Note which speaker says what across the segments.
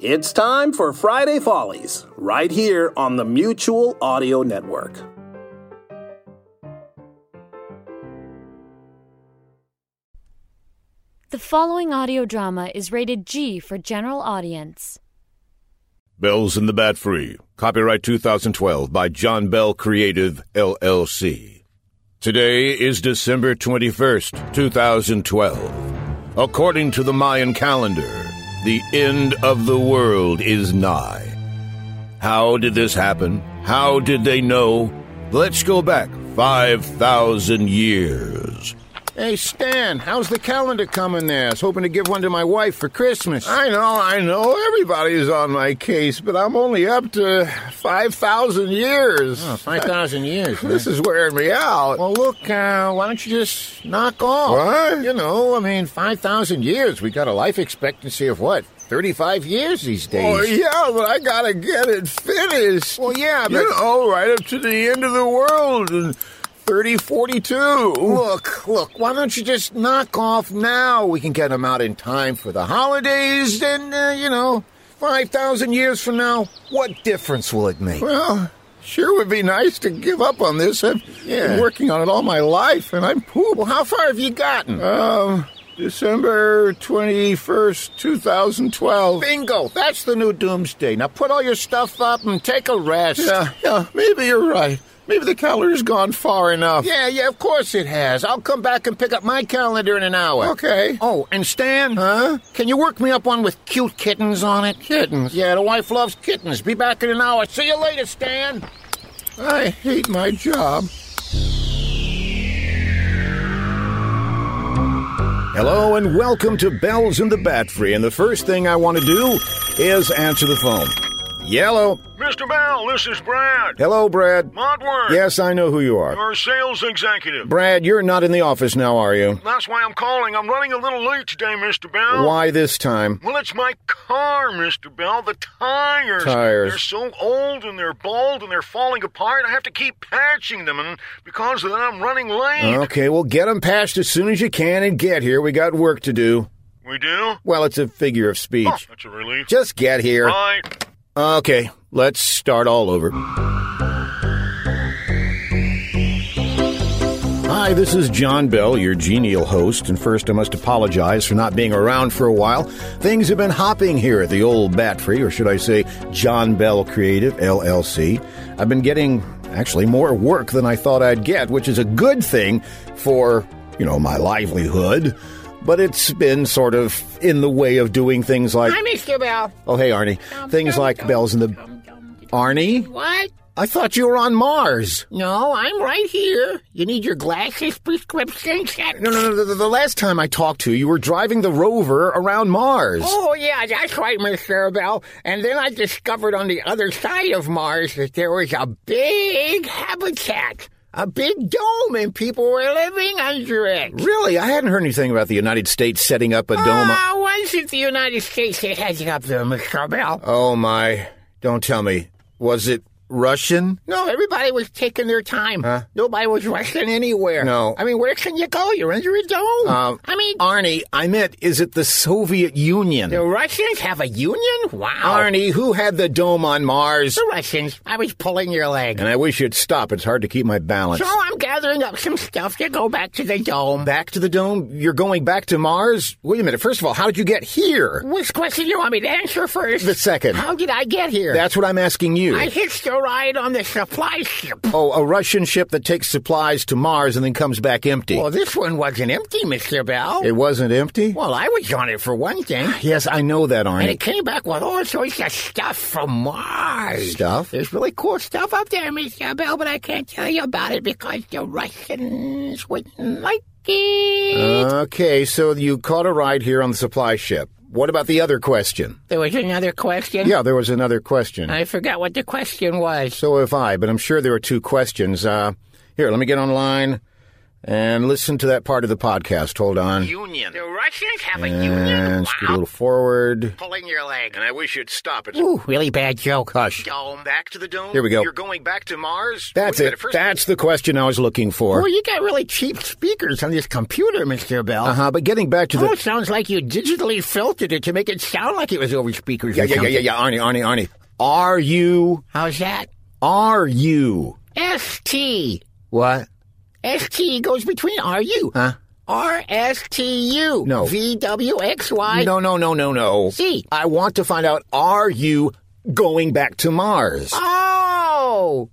Speaker 1: It's time for Friday Follies, right here on the Mutual Audio Network.
Speaker 2: The following audio drama is rated G for general audience.
Speaker 3: Bells in the Bat Free, copyright 2012 by John Bell Creative, LLC. Today is December 21st, 2012. According to the Mayan calendar, the end of the world is nigh. How did this happen? How did they know? Let's go back 5,000 years.
Speaker 4: Hey, Stan, how's the calendar coming there? I was hoping to give one to my wife for Christmas.
Speaker 3: I know, I know, everybody's on my case, but I'm only up to 5,000 years.
Speaker 4: Oh, 5,000 years. man.
Speaker 3: This is wearing me out.
Speaker 4: Well, look, uh, why don't you just knock off?
Speaker 3: What?
Speaker 4: You know, I mean, 5,000 years. We got a life expectancy of what? 35 years these
Speaker 3: Oh,
Speaker 4: days.
Speaker 3: yeah, but I gotta get it finished.
Speaker 4: Well, yeah,
Speaker 3: You
Speaker 4: but-
Speaker 3: know, right up to the end of the world in 3042.
Speaker 4: Look, look, why don't you just knock off now? We can get them out in time for the holidays, and, uh, you know, 5,000 years from now, what difference will it make?
Speaker 3: Well, sure would be nice to give up on this. I've
Speaker 4: Yeah.
Speaker 3: been working on it all my life, and I'm pooped.
Speaker 4: Well, how far have you gotten?
Speaker 3: Um, December 21st, 2012.
Speaker 4: Bingo! That's the new doomsday. Now put all your stuff up and take a rest.
Speaker 3: Yeah, yeah, maybe you're right. Maybe the calendar's gone far enough.
Speaker 4: yeah, yeah, of course it has. I'll come back and pick up my calendar in an hour.
Speaker 3: Okay.
Speaker 4: Oh, and Stan? Huh? Can you work me up one with cute kittens on it?
Speaker 3: Kittens?
Speaker 4: Yeah, the wife loves kittens. Be back in an hour. See you later, Stan.
Speaker 3: I hate my job.
Speaker 4: Hello and welcome to Bells in the Bat Free. And the first thing I want to do is answer the phone. Yellow.
Speaker 5: Mr. Bell, this is Brad.
Speaker 4: Hello, Brad.
Speaker 5: Montworth.
Speaker 4: Yes, I know who you are.
Speaker 5: Your sales executive.
Speaker 4: Brad, you're not in the office now, are you?
Speaker 5: That's why I'm calling. I'm running a little late today, Mr. Bell.
Speaker 4: Why this time?
Speaker 5: Well, it's my car, Mr. Bell. The tires.
Speaker 4: Tires.
Speaker 5: They're so old and they're bald and they're falling apart. I have to keep patching them, and because of that, I'm running late.
Speaker 4: Okay, well, get 'em patched as soon as you can and get here. We got work to do.
Speaker 5: We do?
Speaker 4: Well, it's a figure of speech.
Speaker 5: Oh, that's a relief.
Speaker 4: Just get here.
Speaker 5: Right.
Speaker 4: Uh, Okay, let's start all over. Hi, this is John Bell, your genial host, and first I must apologize for not being around for a while. Things have been hopping here at the old Bat Free, or should I say, John Bell Creative, LLC. I've been getting, actually, more work than I thought I'd get, which is a good thing for, you know, my livelihood. But it's been sort of in the way of doing things like.
Speaker 6: Hi, Mr. Bell.
Speaker 4: Oh, hey, Arnie. Things like bells in the. Arnie?
Speaker 6: What?
Speaker 4: I thought you were on Mars.
Speaker 6: No, I'm right here. You need your glasses prescription set?
Speaker 4: No, no, no. The, the last time I talked to you, you were driving the rover around Mars.
Speaker 6: Oh, yeah, that's right, Mr. Bell. And then I discovered on the other side of Mars that there was a big habitat, a big dome, and people were living under it.
Speaker 4: Really? I hadn't heard anything about the United States setting up a dome.
Speaker 6: Ah, once it the United States that has it up there, Mr. Bell.
Speaker 4: Oh, my. Don't tell me. Was it Russian?
Speaker 6: No, everybody was taking their time. Nobody was rushing anywhere.
Speaker 4: No.
Speaker 6: I mean, where can you go? You're under a dome.
Speaker 4: Um,
Speaker 6: I mean,
Speaker 4: Arnie, I meant, is it the Soviet Union?
Speaker 6: the Russians have a union? Wow.
Speaker 4: Arnie, who had the dome on Mars?
Speaker 6: The Russians. I was pulling your leg.
Speaker 4: And I wish you'd stop. It's hard to keep my balance.
Speaker 6: So I'm gathering up some stuff to go back to the dome.
Speaker 4: Back to the dome? You're going back to Mars? Wait a minute. First of all, how did you get here?
Speaker 6: Which question do you want me to answer first?
Speaker 4: The second.
Speaker 6: How did I get here?
Speaker 4: That's what I'm asking you.
Speaker 6: I hitched a ride on the supply ship.
Speaker 4: Oh, a Russian ship that takes supplies to Mars and then comes back empty.
Speaker 6: Well, this one wasn't empty, Mr. Bell.
Speaker 4: it wasn't empty?
Speaker 6: well, I was on it for one thing.
Speaker 4: yes, I know that,
Speaker 6: And
Speaker 4: Arnie.
Speaker 6: it came back with all sorts of stuff from Mars.
Speaker 4: Stuff?
Speaker 6: There's really cool stuff up there, Mr. Bell, but I can't tell you about it because the Russians wouldn't like it.
Speaker 4: Uh. Okay, so you caught a ride here on the supply ship. What about the other question?
Speaker 6: There was another question?
Speaker 4: Yeah, there was another question.
Speaker 6: I forgot what the question was.
Speaker 4: So have I, but I'm sure there are two questions. Uh, here, let me get online and listen to that part of the podcast. Hold on.
Speaker 5: Union.
Speaker 6: The Russians have a union?
Speaker 4: And scoot a little forward.
Speaker 5: Pulling your leg. And I wish you'd stop it.
Speaker 6: Ooh, really bad joke.
Speaker 4: Hush.
Speaker 5: Dome. Back to the dome.
Speaker 4: Here we go.
Speaker 5: You're going back to Mars?
Speaker 4: That's
Speaker 5: Wait a minute,
Speaker 4: it.
Speaker 5: First,
Speaker 4: That's the question I was looking
Speaker 6: Oh,
Speaker 4: for.
Speaker 6: you got really cheap speakers on this computer, Mr. Bell.
Speaker 4: Uh huh. But getting back to
Speaker 6: Oh, it
Speaker 4: the.
Speaker 6: sounds like you digitally filtered it to make it sound like it was over speakers.
Speaker 4: Yeah,
Speaker 6: or
Speaker 4: yeah, yeah,
Speaker 6: something.
Speaker 4: yeah, yeah. Arnie, Arnie, Arnie. Are you?
Speaker 6: How's that?
Speaker 4: Are you?
Speaker 6: ST.
Speaker 4: What?
Speaker 6: ST goes between RU.
Speaker 4: Huh?
Speaker 6: RSTU.
Speaker 4: Uh. No.
Speaker 6: VWXY.
Speaker 4: no, no, no, no, no.
Speaker 6: See.
Speaker 4: I want to find out are you going back to Mars?
Speaker 6: Oh.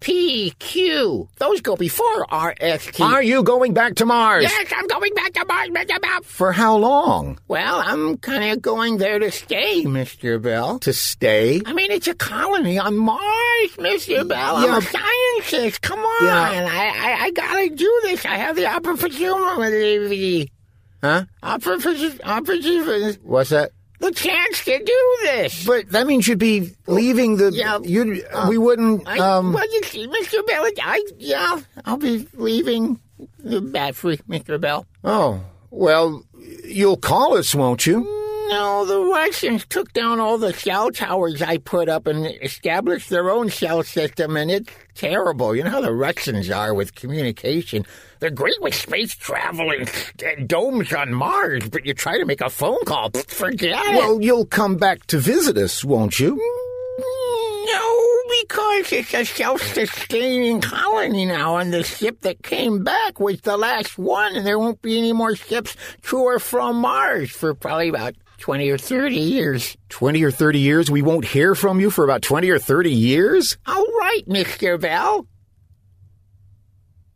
Speaker 6: PQ. Those go before RST.
Speaker 4: Are you going back to Mars?
Speaker 6: yes, I'm going back to Mars, Mr. Bell.
Speaker 4: For how long?
Speaker 6: Well, I'm kind of going there to stay, Mr. Bell.
Speaker 4: To stay?
Speaker 6: I mean, it's a colony on Mars, Mr. Bell. I'm a scientist. Come on.
Speaker 4: Yeah.
Speaker 6: I, I, I gotta do this. I have the opportunity.
Speaker 4: Huh?
Speaker 6: Uh, Opportunity. Opportunity.
Speaker 4: What's that?
Speaker 6: The chance to do this.
Speaker 4: But that means you'd be leaving the.
Speaker 6: Yeah. Uh,
Speaker 4: You'd, we wouldn't.
Speaker 6: I,
Speaker 4: um,
Speaker 6: well, you see, Mr. Bell, I, yeah, I'll be leaving the battery, Mr. Bell.
Speaker 4: oh, well, you'll call us, won't you?
Speaker 6: No, the Russians took down all the cell towers I put up and established their own cell system, and it's terrible. You know how the Russians are with communication. They're great with space travel and, and domes on Mars, but you try to make a phone call, pfft, forget it.
Speaker 4: Well, you'll come back to visit us, won't you?
Speaker 6: No, because it's a self-sustaining colony now, and the ship that came back was the last one, and there won't be any more ships to or from Mars for probably about 20 or 30 years.
Speaker 4: 20 or 30 years? We won't hear from you for about 20 or 30 years?
Speaker 6: All right, Mr. Bell.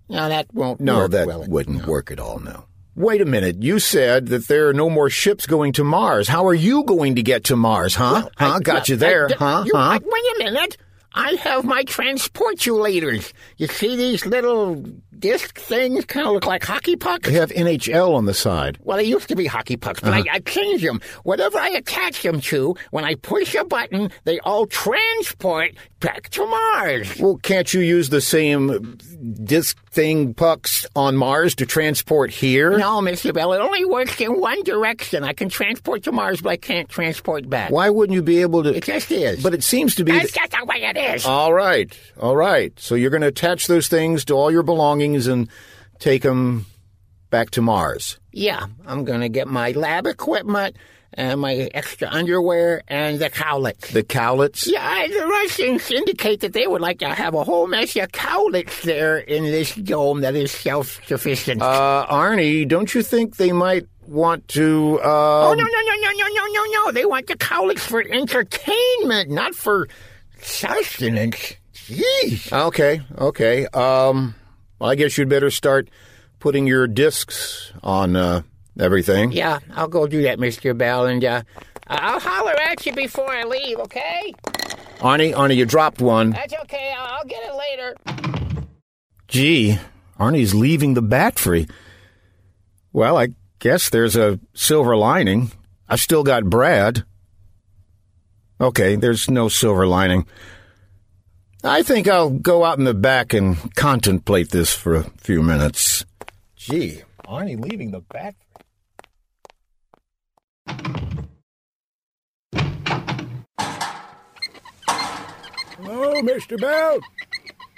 Speaker 6: No, that won't
Speaker 4: No,
Speaker 6: work.
Speaker 4: that
Speaker 6: will it?
Speaker 4: wouldn't work at all, no. Wait a minute. You said that there are no more ships going to Mars. How are you going to get to Mars, huh? huh? Got you there,
Speaker 6: I-
Speaker 4: huh?
Speaker 6: you-
Speaker 4: huh?
Speaker 6: I- wait a minute. I have my transportulators. You see these little disc things kind of look like hockey pucks?
Speaker 4: They have NHL on the side.
Speaker 6: Well, they used to be hockey pucks, but
Speaker 4: Uh-huh.
Speaker 6: I, I changed them. Whatever I attach them to, when I push a button, they all transport back to Mars.
Speaker 4: Well, can't you use the same disc thing pucks on Mars to transport here?
Speaker 6: No, Mr. Bell, it only works in one direction. I can transport to Mars, but I can't transport back.
Speaker 4: Why wouldn't you be able to?
Speaker 6: It just is.
Speaker 4: But it seems to be.
Speaker 6: That's Um, just the way it is.
Speaker 4: All right, all right. So you're going to attach those things to all your belongings and take them back to Mars.
Speaker 6: yeah, I'm going to get my lab equipment and my extra underwear and the cowlets.
Speaker 4: The cowlets?
Speaker 6: Yeah, the Russians indicate that they would like to have a whole mess of cowlets there in this dome that is self-sufficient.
Speaker 4: Uh, Arnie, don't you think they might want to? Uh,
Speaker 6: oh, no, no, no, no, no, no, no, no. They want the cowlets for entertainment, not for sustenance. Jeez.
Speaker 4: Okay, okay. Um, well, I guess you'd better start putting your discs on uh, everything.
Speaker 6: Yeah, I'll go do that, Mr. Bell, and uh, I'll holler at you before I leave, okay?
Speaker 4: Arnie, Arnie, you dropped one.
Speaker 6: That's okay. I'll, I'll get it later.
Speaker 4: Gee, Arnie's leaving the bat free. Well, I guess there's a silver lining. I've still got Brad. Okay, there's no silver lining. I think I'll go out in the back and contemplate this for a few minutes. Gee, Arnie leaving the bat free.
Speaker 7: Hello, Mr. Bell.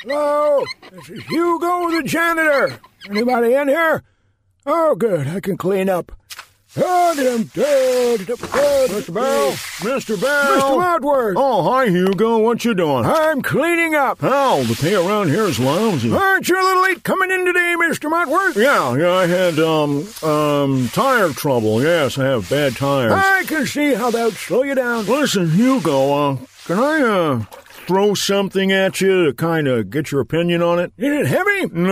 Speaker 7: Hello, this is Hugo the janitor. Anybody in here? Oh, good, I can clean up. Oh, dum, dum, dum, dum.
Speaker 3: Mr. Bell? Mr. Bell?
Speaker 7: Mr. Woodward,
Speaker 3: Oh, hi, Hugo. What you doing?
Speaker 7: I'm cleaning up.
Speaker 3: How? The pay around here is lousy.
Speaker 7: Aren't you a little late coming in today, Mr. Mudworth?
Speaker 3: Yeah, yeah, I had, um, um, tire trouble. Yes, I have bad tires.
Speaker 7: I can see how that'd slow you down.
Speaker 3: Listen, Hugo, uh, can I, uh, throw something at you to kind of get your opinion on it?
Speaker 7: Is it heavy? Gonna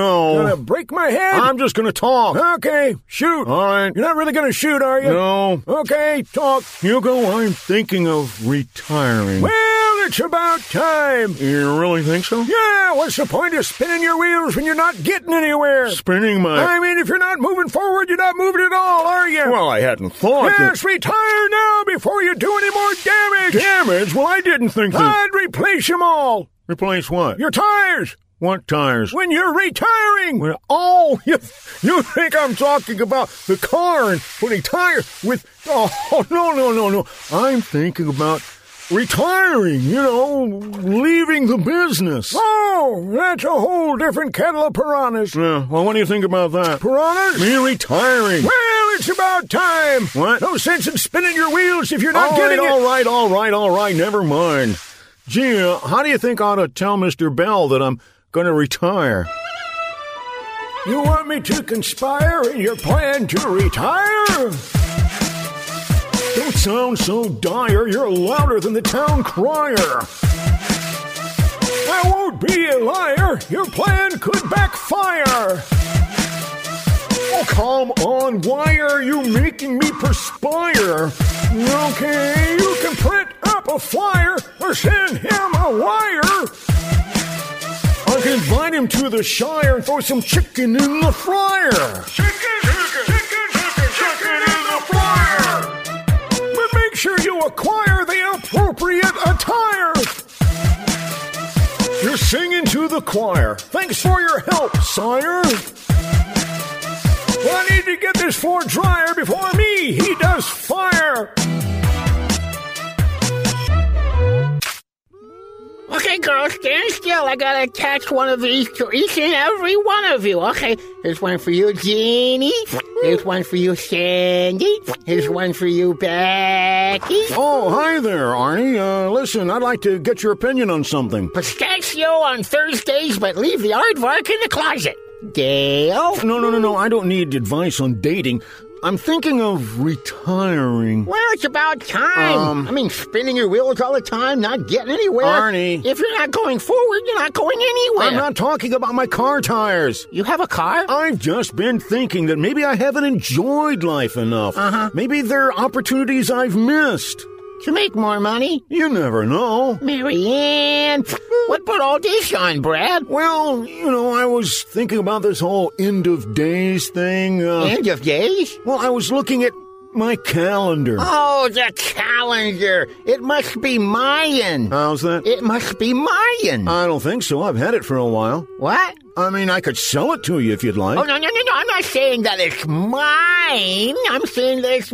Speaker 3: No.
Speaker 7: break my head?
Speaker 3: I'm just gonna talk.
Speaker 7: Okay, shoot.
Speaker 3: All right.
Speaker 7: You're not really gonna shoot, are you?
Speaker 3: No.
Speaker 7: Okay, talk.
Speaker 3: Hugo, I'm thinking of retiring.
Speaker 7: Well, there
Speaker 5: It's about time.
Speaker 4: You really think so?
Speaker 5: Yeah, what's the point of spinning your wheels when you're not getting anywhere?
Speaker 4: Spinning my.
Speaker 5: I mean, if you're not moving forward, you're not moving at all, are you?
Speaker 4: Well, I hadn't thought.
Speaker 5: yes, retire now before you do any more damage.
Speaker 4: That... Damage? Well, I didn't think that.
Speaker 5: I'd replace them all.
Speaker 4: Replace what?
Speaker 5: Your tires.
Speaker 4: What tires?
Speaker 5: When you're retiring.
Speaker 4: Well, oh, you, you think I'm talking about the car and putting tires with. Oh, no, no, no, no. I'm thinking about retiring, you know, leaving the business.
Speaker 5: Oh, that's a whole different kettle of piranhas.
Speaker 4: Yeah, well, what do you think about that?
Speaker 5: Piranhas?
Speaker 4: Me retiring.
Speaker 5: Well, it's about time.
Speaker 4: What?
Speaker 5: No sense in spinning your wheels if you're not
Speaker 4: All right,
Speaker 5: getting it.
Speaker 4: all right, all right, all right, never mind. Gee, uh, how do you think I ought to tell Mr. Bell that I'm going to retire?
Speaker 5: You want me to conspire in your plan to retire?
Speaker 4: Don't sound so dire. You're louder than the town crier.
Speaker 5: I won't be a liar. Your plan could backfire.
Speaker 4: Oh, come on. Why are you making me perspire?
Speaker 5: Okay, you can print up a flyer or send him a wire.
Speaker 4: I can invite him to the Shire and throw some chicken in the fryer.
Speaker 5: Chicken, chicken, chicken, chicken, chicken in the fire. But make sure you acquire the appropriate attire.
Speaker 4: You're singing to the choir. Thanks for your help, sire.
Speaker 5: I need to get this floor dryer before me. He does fire.
Speaker 6: Okay, girls, stand still. I gotta attach one of these to each and every one of you. Okay, here's one for you, Jeannie. Here's one for you, Sandy. Here's one for you, Becky.
Speaker 4: Oh, hi there, Arnie. Uh, listen, I'd like to get your opinion on something.
Speaker 6: Pistachio on Thursdays, but leave the aardvark in the closet. Dale?
Speaker 4: No, no, no, no. I don't need advice on dating. I'm thinking of retiring.
Speaker 6: Well, it's about time.
Speaker 4: Um,
Speaker 6: I mean, spinning your wheels all the time, not getting anywhere.
Speaker 4: Arnie.
Speaker 6: If you're not going forward, you're not going
Speaker 5: Oh,
Speaker 6: anywhere.
Speaker 4: I'm not talking about my car tires.
Speaker 6: You have a car?
Speaker 4: I've just been thinking that maybe I haven't enjoyed life enough. Uh-huh. Maybe there are opportunities I've missed.
Speaker 6: to make more money?
Speaker 4: You never know.
Speaker 6: Marianne, what put all this on, Brad?
Speaker 4: Well, you know, I was thinking about this whole end of days thing. Uh,
Speaker 6: End of days?
Speaker 4: well, I was looking at my calendar.
Speaker 6: Oh, the calendar. It must be Mayan.
Speaker 4: How's that?
Speaker 6: It must be Mayan.
Speaker 4: I don't think so. I've had it for a while.
Speaker 6: what?
Speaker 4: I mean, I could sell it to you if you'd like.
Speaker 6: Oh, no, no, no, no. I'm not saying that it's mine. I'm saying that it's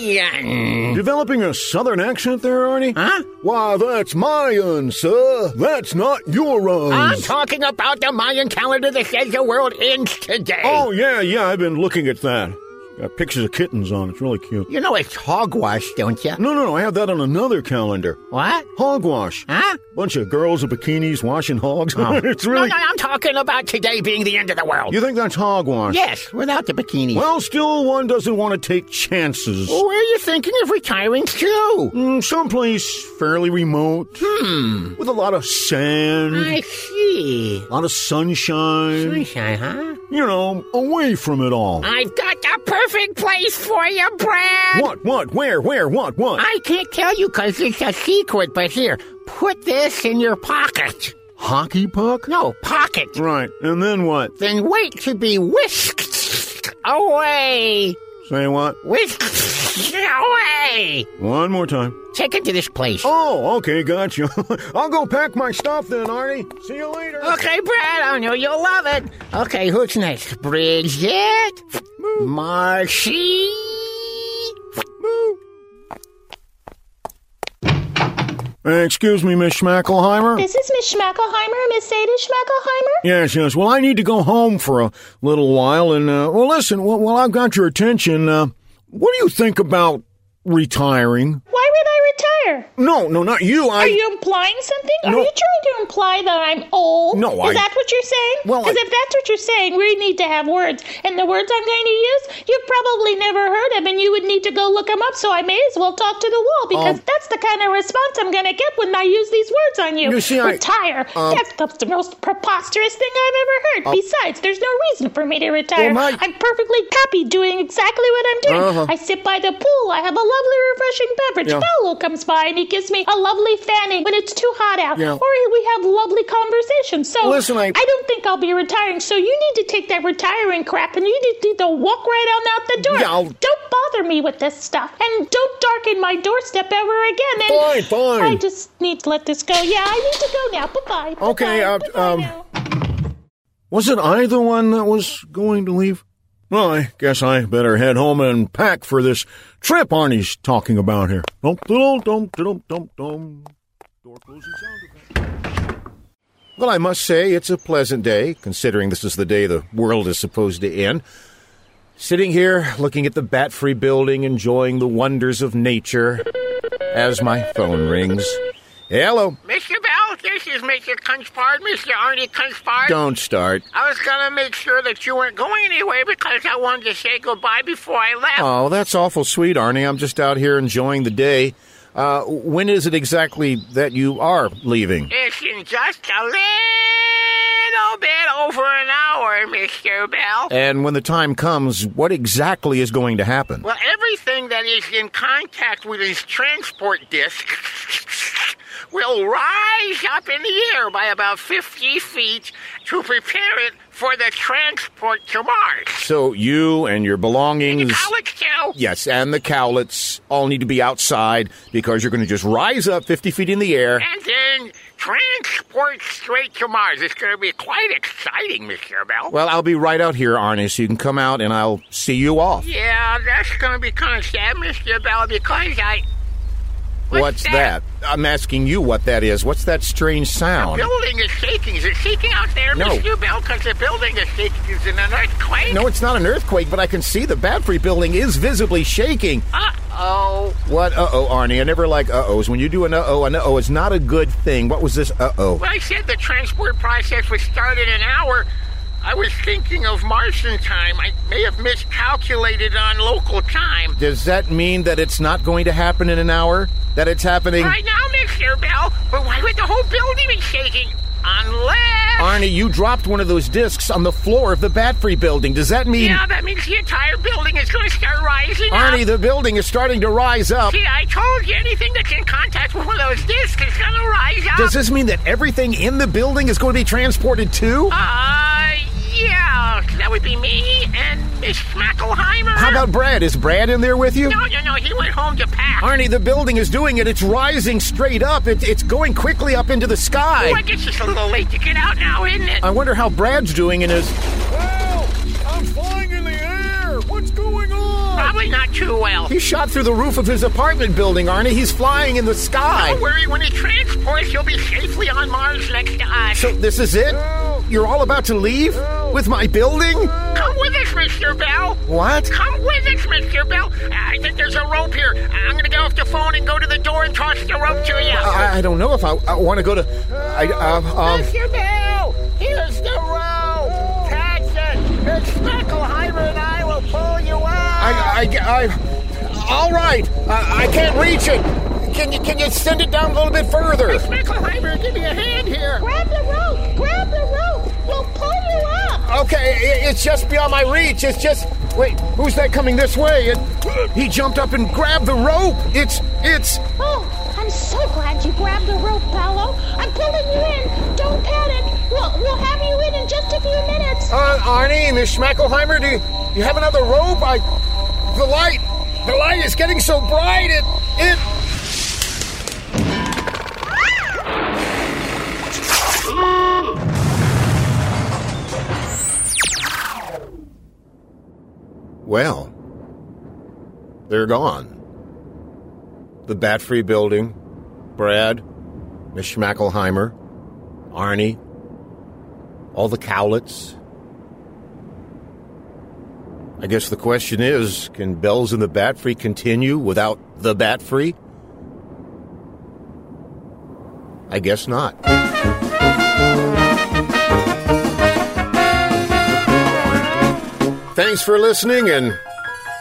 Speaker 6: Mayan.
Speaker 4: Developing a southern accent there, Arnie?
Speaker 6: Huh?
Speaker 4: Why, that's my un, sir. That's not your un.
Speaker 6: I'm talking about the Mayan calendar that says the world ends today.
Speaker 4: Oh, yeah, yeah, I've been looking at that. Got pictures of kittens on. it. It's really cute.
Speaker 6: You know it's hogwash, don't you?
Speaker 4: No, no, no, I have that on another calendar.
Speaker 6: What?
Speaker 4: Hogwash.
Speaker 6: Huh?
Speaker 4: Bunch of girls in bikinis washing hogs. it's
Speaker 6: No,
Speaker 4: really.
Speaker 6: no, I'm talking about today being the end of the world.
Speaker 4: You think that's hogwash?
Speaker 6: yes, without the bikini.
Speaker 4: Well, still, one doesn't want to take chances.
Speaker 6: Where are you thinking of retiring to?
Speaker 4: Mm, someplace fairly remote.
Speaker 6: Hmm.
Speaker 4: With a lot of sand.
Speaker 6: I see.
Speaker 4: A lot of sunshine.
Speaker 6: Sunshine, huh?
Speaker 4: You know, away from it all.
Speaker 6: I've got the perfect place for you, Brad.
Speaker 4: What, what, where, where, what, what?
Speaker 6: I can't tell you because it's a secret, but here, put this in your pocket.
Speaker 4: Hockey puck?
Speaker 6: No, pocket.
Speaker 4: Right, and then what?
Speaker 6: Then wait to be whisked away.
Speaker 4: Say what?
Speaker 6: Whisked away.
Speaker 4: One more time.
Speaker 6: Take it to this place.
Speaker 4: Oh, okay, gotcha. I'll go pack my stuff then, Arnie. See you later.
Speaker 6: Okay, Brad, I know you'll love it. Okay, who's next? Bridget? Marcy?
Speaker 4: Uh, excuse me, Miss Schmackelheimer.
Speaker 8: This is Miss Schmackelheimer, Miss Sadie Schmackelheimer.
Speaker 4: Yes, yes. Well, I need to go home for a little while, and uh, well, listen. Well, while I've got your attention, uh, what do you think about retiring?
Speaker 8: Why would I retire?
Speaker 4: No, no, not you. I.
Speaker 8: Are you implying something?
Speaker 4: No.
Speaker 8: Are you trying to imply that I'm old?
Speaker 4: No,
Speaker 8: Is
Speaker 4: I-
Speaker 8: that what you're saying?
Speaker 4: Well,
Speaker 8: Because
Speaker 4: I-
Speaker 8: if that's what you're saying, we need to have words. And the words I'm going to use, you've probably never heard of, and you would need to go look them up, so I may as well talk to the wall, because
Speaker 4: Um,
Speaker 8: that's the kind of response I'm going to get when I use these words on you.
Speaker 4: You see, I-
Speaker 8: retire.
Speaker 4: um, Uh,
Speaker 8: that's the, the most preposterous thing I've ever heard. Besides, there's no reason for me to retire.
Speaker 4: my-
Speaker 8: I'm perfectly happy doing exactly what I'm doing.
Speaker 4: Uh-huh.
Speaker 8: I sit by the pool. I have a lovely, refreshing beverage.
Speaker 4: Yeah.
Speaker 8: Paolo comes by. by and he gives me a lovely fanning when it's too hot out.
Speaker 4: Yeah.
Speaker 8: Or he- we have lovely conversations. So
Speaker 4: Listen, I-
Speaker 8: don't think I'll be retiring. So you need to take that retiring crap and you need to walk right on out the door.
Speaker 4: Yeah, I'll-
Speaker 8: Don't bother me with this stuff. And don't darken my doorstep ever again. And
Speaker 4: Fine, fine.
Speaker 8: I just need to let this go. Yeah, I need to go now. Bye bye.
Speaker 4: Okay, uh, um,
Speaker 5: Was it I the one that was going to leave? Well, I guess I better head home and pack for this trip Arnie's talking about here. Dum, dum, dum, dum, dum, dum. Door closing sound effect.
Speaker 4: Well, I must say it's a pleasant day, considering this is the day the world is supposed to end. Sitting here, looking at the bat free building, enjoying the wonders of nature, as my phone rings. Hello.
Speaker 6: Mr. Bell, this is Mr. Kunchpard, Mr. Arnie Kunchpard.
Speaker 4: Don't start.
Speaker 6: I was gonna make sure that you weren't going anywhere because I wanted to say goodbye before I left.
Speaker 4: Oh, that's awful sweet, Arnie. I'm just out here enjoying the day. Uh, when is it exactly that you are leaving?
Speaker 6: It's in just a little bit over an hour, Mr. Bell.
Speaker 4: And when the time comes, what exactly is going to happen?
Speaker 6: Well, everything that is in contact with his transport disc will rise up in the air by about 50 feet to prepare it for the transport to Mars.
Speaker 4: So you and your belongings.
Speaker 6: Alex, Joe.
Speaker 4: Yes, and the cowlets all need to be outside because you're going to just rise up 50 feet in the air.
Speaker 6: And then transport straight to Mars. It's going to be quite exciting, Mr. Bell.
Speaker 4: Well, I'll be right out here, Arnie, so you can come out and I'll see you off.
Speaker 6: yeah, that's going to be kind of sad, Mr. Bell, because I.
Speaker 4: What's, that? I'm asking you what that is. What's that strange sound?
Speaker 6: Building is shaking. Is it shaking out there,
Speaker 4: No.
Speaker 6: Mr. Bell? Because the building is shaking. Is it an earthquake?
Speaker 4: No, it's not an earthquake, but I can see the Bat Free building is visibly shaking.
Speaker 6: Uh oh.
Speaker 4: What? Uh oh, Arnie. I never like uh ohs. When you do an uh oh, an uh oh is not a good thing. What was this uh oh?
Speaker 6: When I said the transport process would start in an hour, I was thinking of Martian time. I may have miscalculated on local time.
Speaker 4: Does that mean that it's not going to happen in an hour? That it's happening?
Speaker 6: Right now, Mr. Bell, but why would the whole building be shaking? Unless.
Speaker 4: Arnie, you dropped one of those discs on the floor of the Bat Free building. Does that mean.
Speaker 6: Yeah, that means the entire building is going to start rising
Speaker 4: Arnie,
Speaker 6: up.
Speaker 4: the building is starting to rise up.
Speaker 6: See, I told you anything that's in contact with one of those discs is going to rise up.
Speaker 4: Does this mean that everything in the building is going to be transported too?
Speaker 6: Uh, yeah, that would be me and Miss Schmackelheimer.
Speaker 4: How about Brad? Is Brad in there with you?
Speaker 6: No, no, no, he went home to pack.
Speaker 4: Arnie, the building is doing it. It's rising straight up. It, it's going quickly up into the
Speaker 6: Oh, I
Speaker 4: sky.
Speaker 6: guess it's a little late to get out now, isn't it?
Speaker 4: I wonder how Brad's doing in his.
Speaker 5: Wow! I'm flying in the air! What's going on?
Speaker 6: Probably not too well.
Speaker 4: He shot through the roof of his apartment building, Arnie. He's flying in the sky.
Speaker 6: Don't worry, when it transports, you'll be safely on Mars next to us.
Speaker 4: So this is it? You're all about to leave with my building?
Speaker 6: Come with us, Mr. Bell.
Speaker 4: What?
Speaker 6: Come with us, Mr. Bell. I think there's a rope here. I'm going to get off the phone and go to the door and toss the rope to you.
Speaker 4: I, I don't know if I, I want to go to. I um, um
Speaker 6: Mr. Bell, here's the rope. Catch it. It's Schmackelheimer and I will pull you out.
Speaker 4: I, I, I, all right. I, I can't reach it. Can you can you send it down a little bit further?
Speaker 6: Schmackelheimer, give me a hand here.
Speaker 8: Grab the rope. Grab the rope. We'll pull you up.
Speaker 4: Okay, i it's just beyond my reach. It's just wait. Who's that coming this way? It, he jumped up and grabbed the rope. It's it's.
Speaker 8: Oh, I'm so glad you grabbed the rope, Paolo. I'm pulling you in. Don't panic. We'll, we'll have you in in just a few minutes.
Speaker 4: Uh, Arnie, Miss Schmackelheimer, do you, you have another rope? I the light the light is getting so bright. It it. Well, they're gone. The Bat Free Building, Brad, Miss Schmackelheimer, Arnie, all the cowlets. I guess the question is can Bells and the Bat Free continue without the Bat Free? I guess not. Thanks for listening, and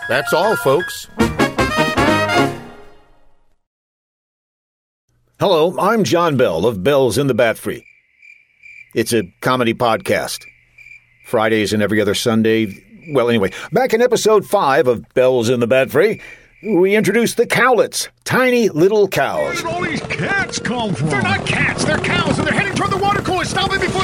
Speaker 4: that's all, folks.
Speaker 3: Hello, I'm John Bell of Bells in the Bat Free.
Speaker 4: It's a comedy podcast. Fridays and every other Sunday. Well, anyway,
Speaker 3: Back in episode 5 of Bells in the Bat Free,
Speaker 9: we introduce the cowlets, tiny little cows.
Speaker 4: all these cats come from? They're not cats. They're cows, and they're heading toward the water cooler. Stop it before.